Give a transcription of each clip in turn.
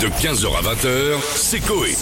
De 15h à 20h, c'est Coé.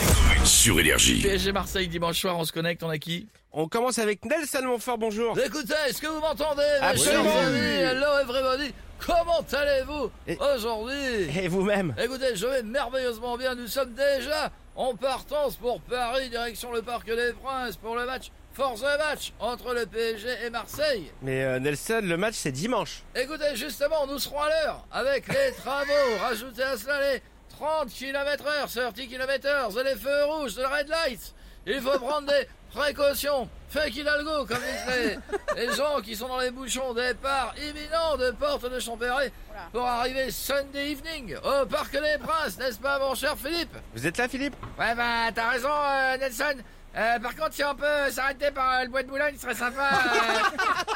Sur Énergie. PSG Marseille dimanche soir, on se connecte, on a qui On commence avec Nelson Montfort, bonjour. Écoutez, est-ce que vous m'entendez mes Absolument. chers amis Hello everybody Comment allez-vous Et- aujourd'hui Et vous-même Écoutez, je vais merveilleusement bien, nous sommes déjà en partance pour Paris, direction le Parc des Princes, pour le match, force de match, entre le PSG et Marseille. Mais euh, Nelson, le match c'est dimanche. Écoutez, justement, nous serons à l'heure avec les travaux. Rajoutez à cela les 30 km heure, 30 km heure, c'est les feux rouges, c'est le red light. Il faut prendre des précautions. Fake Hidalgo, comme disent les, les gens qui sont dans les bouchons. Départ imminent de Porte de Champéret pour arriver Sunday evening au Parc des Princes, n'est-ce pas, mon cher Philippe Vous êtes là, Philippe Ouais, bah, t'as raison, euh, Nelson. Euh, par contre, si on peut s'arrêter par euh, le bois de Boulogne, ce serait sympa. euh,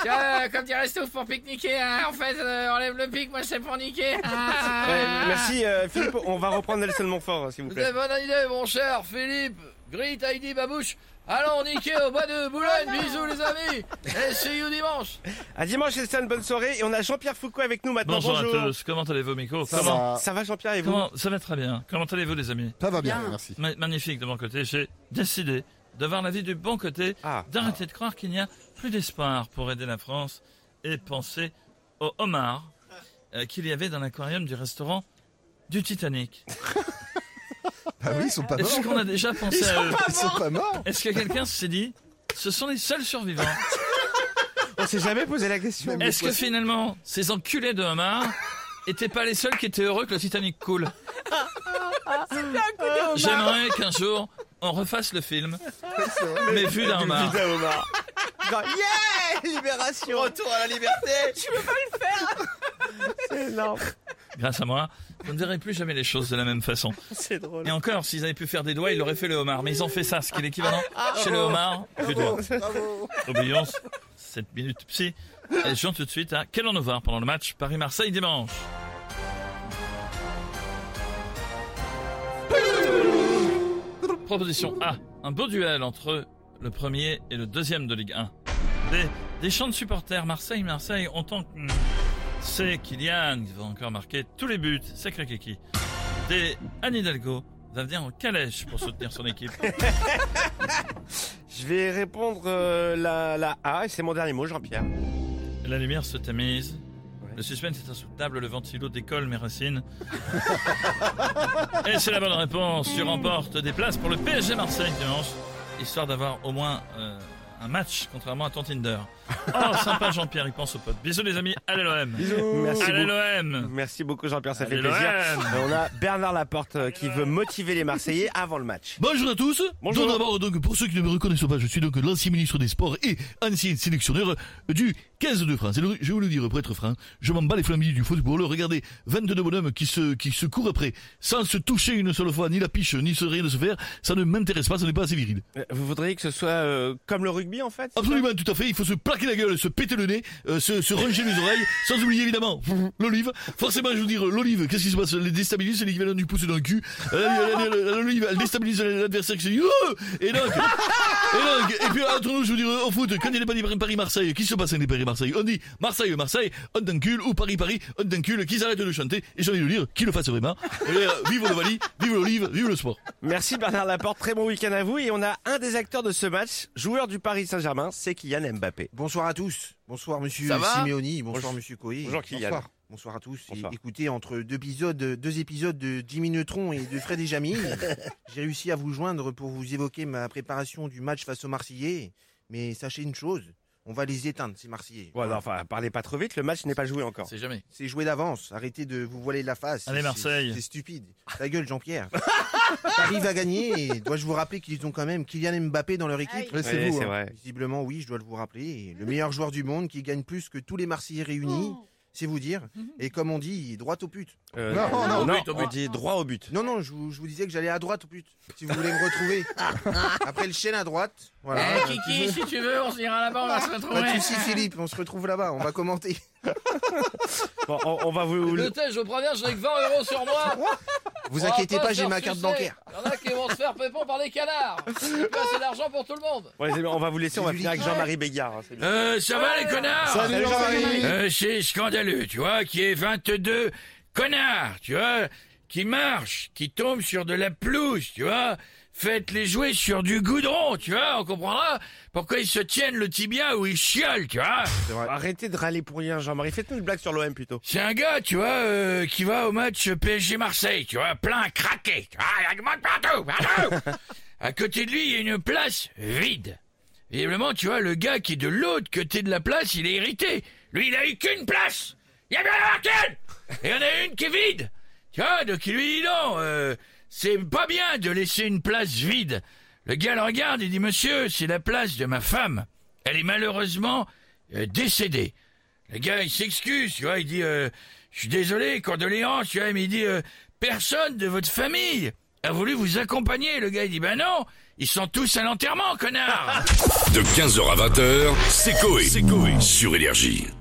tu vois, euh, comme dirait Stouff, pour pique-niquer. hein. En fait, euh, enlève le pic, moi, c'est pour niquer. Ah. Ouais, Merci euh, Philippe, on va reprendre Nelson Montfort, euh, s'il vous Vous plaît. avez bonne idée, mon cher Philippe. Grit, Heidi, Babouche. Allons niquer au bois de Boulogne. Bisous, les amis. Et see you dimanche. À dimanche Nelson, bonne soirée. Et on a Jean-Pierre Foucault avec nous maintenant, Bonjour, bonjour. à tous, comment allez-vous Miko Ça, comment, va, ça va Jean-Pierre et vous comment- Ça va très bien, comment allez-vous les amis Ça va bien, merci. Ma- Magnifique de mon côté, j'ai décidé de voir la vie du bon côté, Ah. d'arrêter de croire qu'il n'y a plus d'espoir pour aider la France et penser au homard euh, qu'il y avait dans l'aquarium du restaurant du Titanic. Ah oui, ils sont pas morts. Est-ce qu'on a déjà pensé à eux Ils sont pas morts. Est-ce que quelqu'un s'est dit, ce sont les seuls survivants On s'est jamais posé la question. Mais- Est-ce que finalement, ces enculés de homards étaient pas les seuls qui étaient heureux que le Titanic coule J'aimerais qu'un jour, on refasse le film, C'est vrai. mais vu d'un homard. Putain, Omar. Quand- Libération Retour à la liberté C'est énorme. Grâce à moi, vous ne verrez plus jamais les choses de la même façon. C'est drôle. Et encore, s'ils avaient pu faire des doigts, ils auraient fait le homard. Mais ils ont fait ça, ce qui est l'équivalent chez le homard du doigt. Oublions cette minute psy. Et jouons tout de suite à quel en voir pendant le match Paris-Marseille dimanche. Proposition A. Un beau duel entre le premier et le deuxième de Ligue 1. B. Des chants de supporters Marseille-Marseille en tant que... Hmm. C. Kylian qui va encore marquer tous les buts. Sacré Kiki. D. Anne Hidalgo va venir en calèche pour soutenir son équipe. Je vais répondre euh, la, la A et c'est mon dernier mot, Jean-Pierre. La lumière se tamise. Ouais. Le suspense est insoutenable, le ventilo décolle mes racines. Et c'est la bonne réponse. Tu remportes des places pour le PSG Marseille dimanche, histoire d'avoir au moins euh, un match, contrairement à ton Tinder. Oh, sympa Jean-Pierre, il pense aux potes. Bisous les amis, allez l'OM Merci Allez beaucoup. l'OM Merci beaucoup Jean-Pierre, ça Allez, fait plaisir. l'OM. Et On a Bernard Laporte euh, qui veut motiver les Marseillais avant le match. Bonjour à tous. Bonjour. Donc d'abord, donc, pour ceux qui ne me reconnaissent pas, je suis donc l'ancien ministre des Sports et ancien sélectionneur du 15 de France. Et donc, je vais vous le dire, pour être franc, je m'en bats les flammes du football. Regardez, 22 bonhommes qui se, qui se courent après, sans se toucher une seule fois, ni la piche, ni se rien de se faire. Ça ne m'intéresse pas, ça n'est pas assez viril. Euh, Vous voudriez que ce soit euh, comme le rugby en fait c'est ça Absolument, tout à fait. Il faut se plaquer la gueule, se péter le nez, euh, se, se ronger les oreilles, sans oublier évidemment l'olive. Forcément, je veux dire, l'olive, qu'est-ce qui se passe Elle les déstabilise, c'est l'équivalent du pouce dans le cul. Euh, elle- elle- elle- L'olive, elle déstabilise l'adversaire qui se dit Oh Et donc, et donc, et puis entre nous, je veux dire, au foot, quand il n'est pas dit Paris-Marseille, qui se passe avec les Paris-Marseille On dit Marseille-Marseille, on d'encule, ou Paris-Paris, on d'encule, qu'ils arrêtent de chanter, et j'ai envie de dire, qu'ils le fassent vraiment. Et, euh, vive le Vali, vive l'olive, vive le sport. Merci Bernard Laporte, très bon week-end à vous. Et on a un des acteurs de ce match, joueur du Paris Saint-Germain, c'est Kylian Mbappé. Bonsoir à tous. Bonsoir monsieur Ça va Simeoni, bonsoir Bonjour. monsieur Coé. Bonjour, Kylian. Bonsoir. Bonsoir à tous. Et Bonsoir. écoutez, entre deux épisodes, deux épisodes de Jimmy Neutron et de Fred et Jamie, j'ai réussi à vous joindre pour vous évoquer ma préparation du match face aux Marseillais. Mais sachez une chose, on va les éteindre ces Marseillais. Voilà, enfin, parlez pas trop vite, le match n'est pas joué encore. C'est jamais. C'est joué d'avance. Arrêtez de vous voiler la face. Allez, C'est- Marseille. C'est stupide. Ta gueule, Jean-Pierre. Paris va gagner. et Dois-je vous rappeler qu'ils ont quand même Kylian Mbappé dans leur équipe Mais Ah Ouais, c'est vous. c'est hein. vrai. Visiblement, oui, je dois le vous rappeler. Le meilleur joueur du monde qui gagne plus que tous les Marseillais réunis. C'est vous dire. Et comme on dit, droit au pute. Euh, Non, non, au but, au on but. dit droit au but. Non, non, je vous, je vous disais que j'allais à droite au pute. Si vous voulez me retrouver. Après le chêne à droite. Voilà. Eh, Kiki, si tu veux, on s'ira là-bas, on va se Pas de retrouver. soucis, Philippe. On se retrouve là-bas. On va commenter. Bon, on, on va vous... Le thé, je vous préviens, j'ai que 20 euros sur moi. Vous On va inquiétez pas, se j'ai Oh, faire ma carte sucer. bancaire. Y'en a qui vont se faire pépon par les canards. Là, c'est l'argent pour tout le monde. Ouais, c'est bon, on va vous laisser, on va C'est finir avec du liquide. Jean-Marie Bégard. hein, c'est bien. Euh, ça va les connards Salut, Ah, Jean-Marie. Euh, c'est scandaleux, tu vois, qui est 22 connards, tu vois, qui marchent, qui tombent sur de la pelouse, tu vois. Faites-les jouer sur du goudron, tu vois, on comprendra pourquoi ils se tiennent le tibia ou ils chiolent, tu vois. Arrêtez de râler pour rien, Jean-Marie. Faites-nous une blague sur l'OM plutôt. C'est un gars, tu vois, euh, qui va au match PSG Marseille, tu vois, plein craqué. Tu vois, Ah, il augmente partout, partout. à côté de lui, il y a une place vide. Visiblement, tu vois, le gars qui est de l'autre côté de la place, il est irrité. Lui, il a eu qu'une place. Il y a bien avoir qu'une. Et il y en a une qui est vide. Tu vois, donc il lui dit non, euh, c'est pas bien de laisser une place vide. Le gars le regarde et dit, monsieur, c'est la place de ma femme. Elle est malheureusement euh, décédée. Le gars, il s'excuse, tu vois, il dit, euh, je suis désolé, condoléances, tu vois, mais il dit, euh, personne de votre famille a voulu vous accompagner. Le gars, il dit, ben non, ils sont tous à l'enterrement, connard De 15h à 20h, c'est Coé. Sur Énergie.